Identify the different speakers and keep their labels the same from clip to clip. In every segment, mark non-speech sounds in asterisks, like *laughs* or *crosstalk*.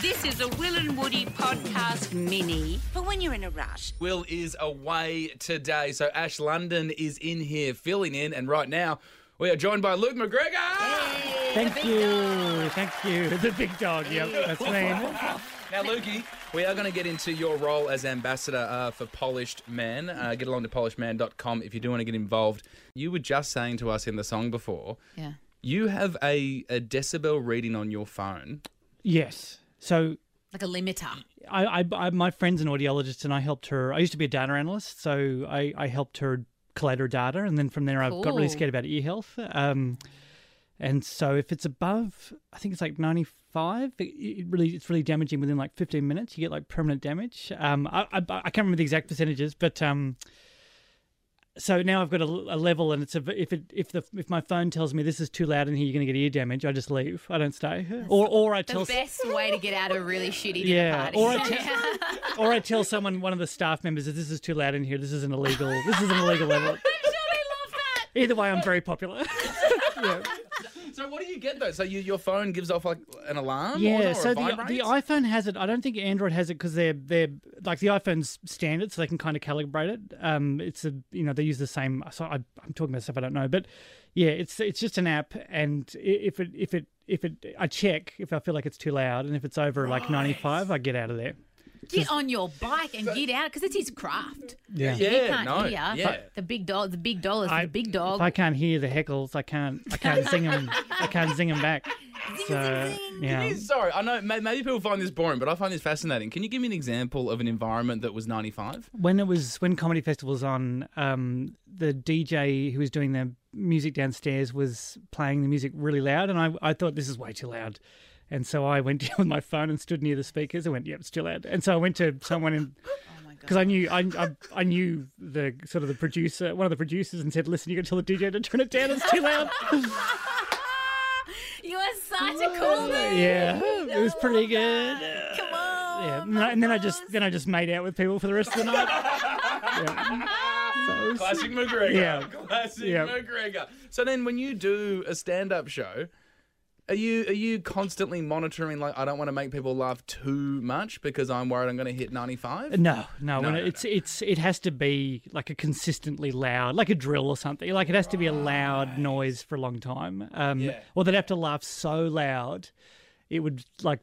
Speaker 1: This is a Will and Woody podcast mini for when you're in a rush.
Speaker 2: Will is away today, so Ash London is in here filling in, and right now we are joined by Luke McGregor.
Speaker 3: Thank you. Thank you. The big dog. Yep, that's me.
Speaker 2: Now, Lukey, we are going to get into your role as ambassador uh, for Polished Man. Uh, get along to polishedman.com if you do want to get involved. You were just saying to us in the song before,
Speaker 4: Yeah.
Speaker 2: you have a, a decibel reading on your phone.
Speaker 3: Yes. So
Speaker 4: Like a limiter.
Speaker 3: I, I, I, my friend's an audiologist, and I helped her. I used to be a data analyst, so I, I helped her collate her data, and then from there, I got really
Speaker 4: Cool.
Speaker 3: scared about ear health. Um, and so if it's above, I think it's like ninety five. It, it really, it's really damaging within like fifteen minutes. You get like permanent damage. Um, I, I, I can't remember the exact percentages, but um. So now I've got a, a level, and it's a, if it if the if my phone tells me this is too loud in here, you're going to get ear damage. I just leave. I don't stay, or or I tell
Speaker 4: The
Speaker 3: s-
Speaker 4: best way to get out of a really shitty dinner
Speaker 3: Yeah,
Speaker 4: party.
Speaker 3: or a *laughs* or I tell someone, one of the staff members, that this is too loud in here. This is an illegal. This is an illegal level. Either way, I'm
Speaker 2: *laughs*
Speaker 3: very popular. yeah.
Speaker 2: So, what do you get though? So, you, your phone gives off like an alarm? or,
Speaker 3: yeah
Speaker 2: not, or
Speaker 3: so
Speaker 2: it
Speaker 3: the, the
Speaker 2: vibrates?
Speaker 3: iPhone has it. I don't think Android has it because they're they're like the iPhone's standard, so they can kind of calibrate it. Um, it's a you know they use the same. So I, I'm talking about stuff I don't know, but yeah, it's it's just an app, and i- if it if it if it I check if I feel like it's too loud, and if it's over like 95, I get out of there.
Speaker 4: *laughs* Get on your bike and get out because it's his craft.
Speaker 2: yeah,
Speaker 4: He can't
Speaker 2: no,
Speaker 4: hear.
Speaker 2: yeah.
Speaker 4: The big dog, the big dollars,
Speaker 3: I-
Speaker 4: the big
Speaker 3: If
Speaker 4: dog.
Speaker 3: I can't hear the heckles, I can't. I can't zing them. I can't zing them back. So yeah,
Speaker 2: Sorry, I know may- maybe people find this boring, but I find this fascinating. Can you give me an example of an environment that was 95?
Speaker 3: when it was when comedy festivals on, um, the DJ who was doing the music downstairs was playing the music really loud, and I I thought this is way too loud. And so I went *laughs* down with my phone and stood near the speakers and went, "Yep, it's too loud." And so I went to someone and because I knew I, I I knew the sort of the producer, one of the producers, and said, "Listen, you got to tell the DJ to turn it down. It's too loud."
Speaker 4: Ah, you are such a cool dude.
Speaker 3: yeah, *laughs* it was pretty good.
Speaker 4: Oh, Come on.
Speaker 3: Yeah, and, I- and then I just then I just made out with people for the rest of the
Speaker 4: *laughs*
Speaker 3: night. yeah. So it was-
Speaker 2: *laughs* Classic McGregor.
Speaker 3: Yeah.
Speaker 2: Classic
Speaker 3: Yeah.
Speaker 2: McGregor. So then when you do a stand-up show, are you are you constantly monitoring like I don't want to make people laugh too much because I'm worried I'm going to hit 95?
Speaker 3: no, no, when
Speaker 2: no,
Speaker 3: it- it's it's it has to be like a consistently loud, like a drill or something. Like it has to be a loud noise for a long time. Um,
Speaker 2: Yeah.
Speaker 3: Or they'd have to laugh so loud, it would like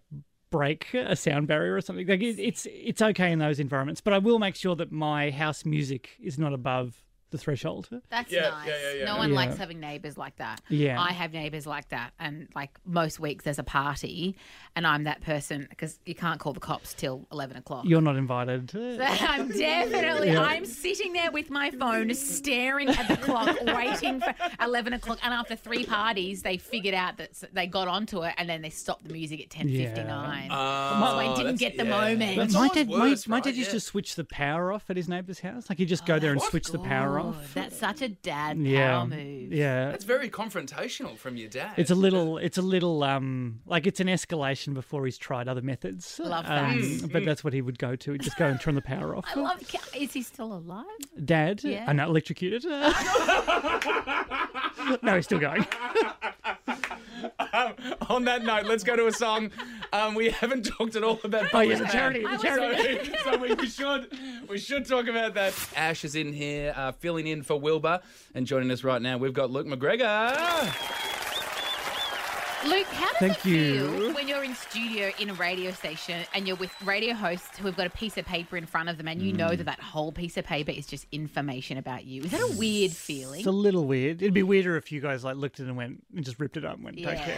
Speaker 3: break a sound barrier or something. Like it, it's it's okay in those environments, but I will make sure that my house music is not above the threshold.
Speaker 4: That's
Speaker 2: Yeah,
Speaker 4: nice.
Speaker 2: yeah, yeah, yeah.
Speaker 4: No one
Speaker 3: Yeah.
Speaker 4: likes having neighbors like that.
Speaker 3: Yeah.
Speaker 4: I have neighbors like that. And like most weeks there's a party and I'm that person because you can't call the cops till 11 o'clock.
Speaker 3: You're not invited.
Speaker 4: *laughs* I'm definitely. I'm sitting there with my phone, staring at the clock, waiting for eleven o'clock. And after three parties, they figured out that s- they got onto it, and then they stopped the music at ten fifty nine. so I didn't get the moment. Oh,
Speaker 2: That's
Speaker 3: my
Speaker 2: always
Speaker 3: dad,
Speaker 2: worse,
Speaker 3: my, my
Speaker 2: right?
Speaker 3: dad used
Speaker 2: Yeah.
Speaker 3: to switch the power off at his neighbour's house. Like he'd just go there and switch the power off.
Speaker 4: That's such a dad power
Speaker 3: yeah,
Speaker 4: move.
Speaker 3: yeah.
Speaker 2: That's very confrontational from your dad.
Speaker 3: It's a little, it's a little, um, like it's an escalation before he's tried other methods.
Speaker 4: Love that.
Speaker 3: um, But that's what he would go to. He'd just go and turn the power off.
Speaker 4: I love. ca- Is he still alive?
Speaker 3: Dad,
Speaker 4: Yeah.
Speaker 3: and not electrocuted. *laughs* no, he's still going.
Speaker 2: On that note, let's go to a song. Um, we haven't talked at all about.
Speaker 3: Oh, yeah, the
Speaker 2: Polish
Speaker 3: charity, the
Speaker 2: Man.
Speaker 3: charity.
Speaker 2: *laughs* So, so we should we should talk about that. Ash is in here uh, filling in for Wilbur, and joining us right now we've got Luke McGregor.
Speaker 4: Luke, how does
Speaker 3: Thank
Speaker 4: it
Speaker 3: you.
Speaker 4: feel when you're in studio in a radio station and you're with radio hosts who've got a piece of paper in front of them, and you
Speaker 3: Mm.
Speaker 4: know that that whole piece of paper is just information about you? Is that a weird feeling?
Speaker 3: It's a little weird. It'd be weirder if you guys like looked at it and went and just ripped it up and went, don't care. *laughs*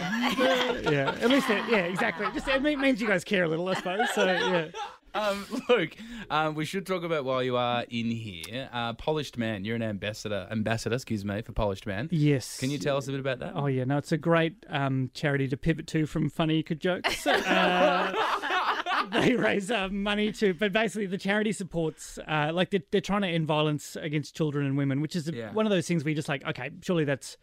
Speaker 3: yeah, at least it, yeah, exactly. Just it me- means you guys care a little, I suppose. So yeah.
Speaker 2: Um, Luke, um, we should talk about while you are in here. Uh, Polished Man, you're an ambassador, ambassador, excuse me, for Polished Man.
Speaker 3: Yes.
Speaker 2: Can you tell us a bit about that?
Speaker 3: Oh yeah, no, it's a great um, charity to pivot to from funny good jokes. Uh, they raise uh, money to, but basically the charity supports, uh, like they're, they're trying to end violence against children and women, which is a-
Speaker 2: Yeah.
Speaker 3: one of those things where you're just like, okay, surely that's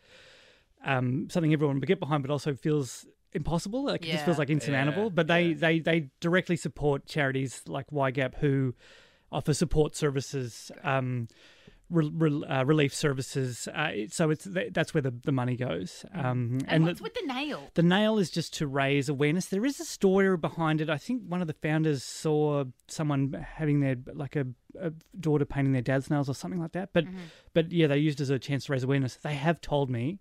Speaker 3: um, something everyone would get behind, but also feels impossible. Like it just feels
Speaker 4: Yeah.
Speaker 3: like insurmountable.
Speaker 2: Yeah,
Speaker 3: but they, they they directly support charities like YGAP who offer support services. Um, re- re- uh, relief services. Uh, it- so it's th- that's where the, the money goes.
Speaker 2: Mm.
Speaker 3: Um,
Speaker 4: And,
Speaker 3: the-
Speaker 4: what's with the nail?
Speaker 3: the nail is just to raise awareness. There is a story behind it. I think one of the founders saw someone having their like a, a daughter painting their dad's nails or something like that. But
Speaker 2: Mm-hmm.
Speaker 3: but yeah, they used it as a chance to raise awareness. They have told me,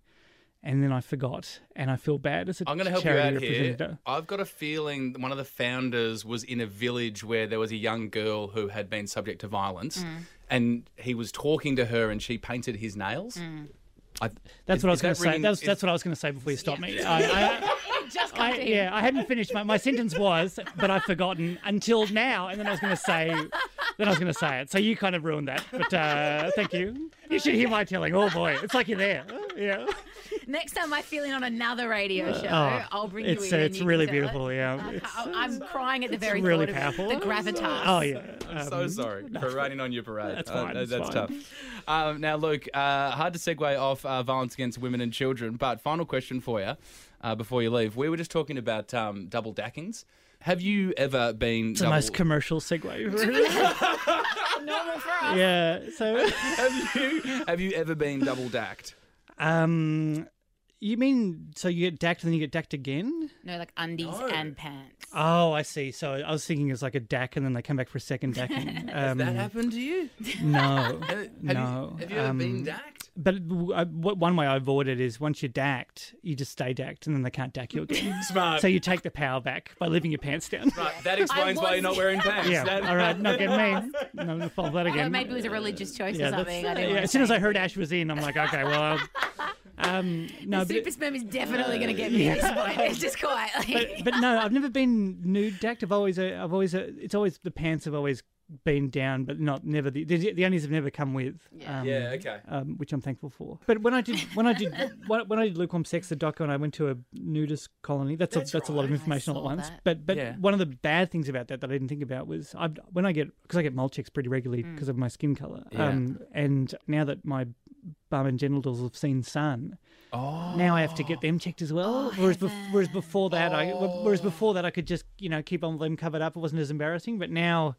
Speaker 3: and then I forgot, and I feel bad. It's a
Speaker 2: I'm going to help you
Speaker 3: charity
Speaker 2: out here.
Speaker 3: representative.
Speaker 2: I've got a feeling that one of the founders was in a village where there was a young girl who had been subject to violence, and he was talking to her, and she painted his nails. I,
Speaker 3: That's
Speaker 2: is-
Speaker 3: what I
Speaker 2: is
Speaker 3: was going
Speaker 2: that
Speaker 3: to say.
Speaker 2: ringing-
Speaker 3: That's
Speaker 2: is-
Speaker 3: that's what I was going to say before you stopped me. I,
Speaker 4: *laughs*
Speaker 3: I,
Speaker 4: It just comes
Speaker 3: I,
Speaker 4: to him.
Speaker 3: yeah, I hadn't finished my, my sentence was, but I've forgotten until now, and then I was going to say, then I was going to say it. So you kind of ruined that, but uh, thank you. You should hear my telling. Oh boy, it's like you're there. Oh, Yeah,
Speaker 4: Next time I feel in on another radio show,
Speaker 3: oh,
Speaker 4: I'll bring
Speaker 3: it's,
Speaker 4: you in.
Speaker 3: uh,
Speaker 4: and
Speaker 3: it's
Speaker 4: you can
Speaker 3: really
Speaker 4: tell it.
Speaker 3: beautiful, yeah.
Speaker 4: I-
Speaker 3: It's-
Speaker 4: I, am crying at the very
Speaker 3: really
Speaker 4: thought of
Speaker 3: powerful.
Speaker 4: The gravitas. Uh,
Speaker 3: oh yeah.
Speaker 2: I'm so
Speaker 3: *laughs*
Speaker 2: sorry for riding on your parade.
Speaker 3: that's
Speaker 2: Uh,
Speaker 3: fine,
Speaker 2: that-
Speaker 3: it's
Speaker 2: that's
Speaker 3: fine.
Speaker 2: tough. Um, now, Luke, uh, hard to segue off uh, violence against women and children, but final question for you uh, before you leave. We were just talking about um, double dackings. Have you ever been
Speaker 3: It's the
Speaker 2: double-
Speaker 3: most commercial segue.
Speaker 4: *laughs* Normal for us.
Speaker 3: yeah.
Speaker 2: *laughs*
Speaker 3: So,
Speaker 2: have you have you ever been double dacked?
Speaker 3: um, you mean so you get dacked and then you get dacked again?
Speaker 4: No, like undies and pants.
Speaker 3: Oh, I see. So I was thinking it's like a dack and then they come back for
Speaker 2: *laughs*
Speaker 3: a second dacking. Um,
Speaker 2: That happened to you?
Speaker 3: no,
Speaker 2: Uh, Have
Speaker 3: no.
Speaker 2: you, have you ever been
Speaker 3: um,
Speaker 2: dacked?
Speaker 3: But it- w- I- w- one way I avoid it is once you're dacked, you just stay dacked and then they can't dack you again.
Speaker 2: *laughs* Smart.
Speaker 3: so you take the power back by leaving your pants down.
Speaker 2: Right, that explains why you're not
Speaker 4: was-
Speaker 2: wearing pants.
Speaker 3: *laughs* Yeah,
Speaker 2: That-
Speaker 3: all right, not getting me. No, I'm gonna follow that
Speaker 4: Although
Speaker 3: again.
Speaker 4: maybe it was a religious choice
Speaker 3: yeah,
Speaker 4: or
Speaker 3: that's-
Speaker 4: something. I
Speaker 3: yeah,
Speaker 4: didn't
Speaker 3: as soon as I heard Ash was in, I'm like, okay, well,
Speaker 4: *laughs*
Speaker 3: I'll- um, no,
Speaker 4: Super
Speaker 3: but,
Speaker 4: sperm is definitely going to get me at this point. It's just quietly.
Speaker 3: but no, I've never been nude dacked. I've always, uh, I've always, uh, it's always the pants have always been down, but not never the the, the onlys have never come with.
Speaker 2: *laughs*
Speaker 3: Um,
Speaker 2: Yeah, okay.
Speaker 3: um, which I'm thankful for. But when I did when I
Speaker 4: *laughs*
Speaker 3: did when, when I did lukewarm sex, the doco, and I went to a nudist colony. That's a, that's a lot of information all at
Speaker 4: saw
Speaker 3: once.
Speaker 4: that.
Speaker 3: But but
Speaker 2: Yeah.
Speaker 3: one of the bad things about that that I didn't think about was I when I get because I get mole checks pretty regularly
Speaker 4: Hmm.
Speaker 3: because of my skin color.
Speaker 2: Yeah.
Speaker 3: Um, and now that my bum and genitals have seen sun.
Speaker 2: Oh.
Speaker 3: Now I have to get them checked as well.
Speaker 4: Oh,
Speaker 3: whereas, bef- whereas before that, I whereas
Speaker 2: Oh.
Speaker 3: before that I could just you know keep on them covered up. It wasn't as embarrassing. But now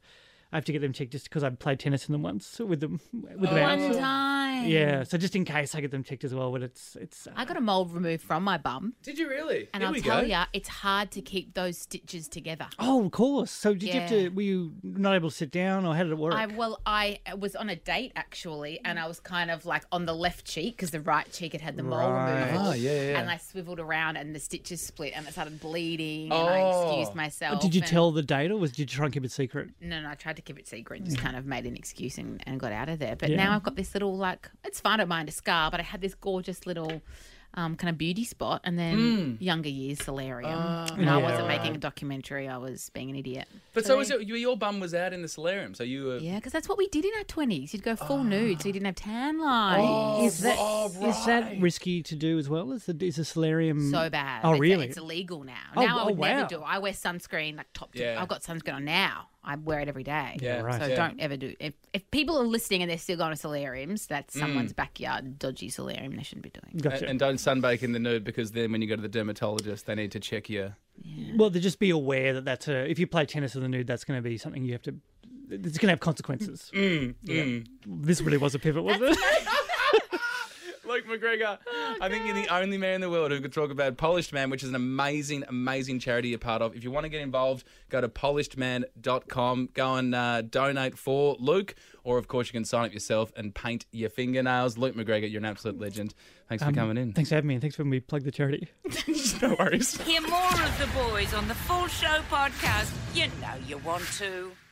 Speaker 3: I have to get them checked just because I played tennis in them once with them with them out.
Speaker 4: *laughs* One time.
Speaker 3: Yeah, so just in case I get them checked as well, but it's it's.
Speaker 4: Um,
Speaker 3: uh,
Speaker 4: I got a mole removed from my bum,
Speaker 2: Did you really?
Speaker 4: and
Speaker 2: Here
Speaker 4: I'll
Speaker 2: we
Speaker 4: tell
Speaker 2: go.
Speaker 4: ya, it's hard to keep those stitches together.
Speaker 3: oh, of course. So did you have
Speaker 4: Yeah.
Speaker 3: to? Were you not able to sit down, or how did it work?
Speaker 4: I well, I was on a date actually, and I was kind of like on the left cheek because the right cheek had had the mole
Speaker 3: Right. Ah,
Speaker 4: removed.
Speaker 2: Oh, yeah, yeah.
Speaker 4: And I swiveled around, and the stitches split, and it started bleeding. And I
Speaker 2: Oh.
Speaker 4: excused myself.
Speaker 3: did you
Speaker 4: and-
Speaker 3: tell the date, or was did you try and keep it secret?
Speaker 4: No, no, I tried to keep it secret
Speaker 3: Mm.
Speaker 4: and just kind of made an excuse and, and got out of there. But now I've got this little, like, it's fine, I don't mind a scar, but I had this gorgeous little um, kind of beauty spot and then younger years solarium. and I
Speaker 3: Mm. Ah. Yeah,
Speaker 4: wasn't making a documentary, I was being an idiot.
Speaker 2: But so was it, you, your bum was out in the solarium, so you were.
Speaker 4: Yeah, because that's what we did in our 20s. You'd go full nude, so you didn't have tan lines.
Speaker 3: is that is
Speaker 2: Ah. oh,
Speaker 3: that risky to do as well? Is the is the solarium
Speaker 4: So bad.
Speaker 3: Oh
Speaker 4: It's-
Speaker 3: really?
Speaker 4: It's illegal now.
Speaker 3: Oh,
Speaker 4: now I
Speaker 3: oh,
Speaker 4: would
Speaker 3: wow.
Speaker 4: never do. it. I wear sunscreen like top to.
Speaker 2: Yeah.
Speaker 4: I've got sunscreen on now. I wear it every day.
Speaker 2: Yeah, right.
Speaker 4: So
Speaker 2: Yeah.
Speaker 4: don't ever do. If if people are listening and they're still going to solariums,
Speaker 2: Mm.
Speaker 4: that's someone's backyard dodgy solarium. They shouldn't be doing.
Speaker 2: And,
Speaker 3: Gotcha.
Speaker 2: and don't sunbake in the nude because then when you go to the dermatologist, they need to check your.
Speaker 3: well, to just be aware that that's a, if you play tennis in the nude, that's going to be something you have to. It's going to have consequences. Yeah. This really was a pivot, wasn't it?
Speaker 2: Luke McGregor. I think you're the only man in the world who could talk about Polished Man, which is an amazing, amazing charity you're part of. If you want to get involved, go to polishedman.com. Go and uh, donate for Luke, or of course, you can sign up yourself and paint your fingernails. Luke McGregor, you're an absolute legend. Thanks for coming in.
Speaker 3: Thanks for having me, and thanks for when we plug the charity.
Speaker 2: *laughs* no worries.
Speaker 1: Hear more of the boys on the Full Show podcast. You know you want to.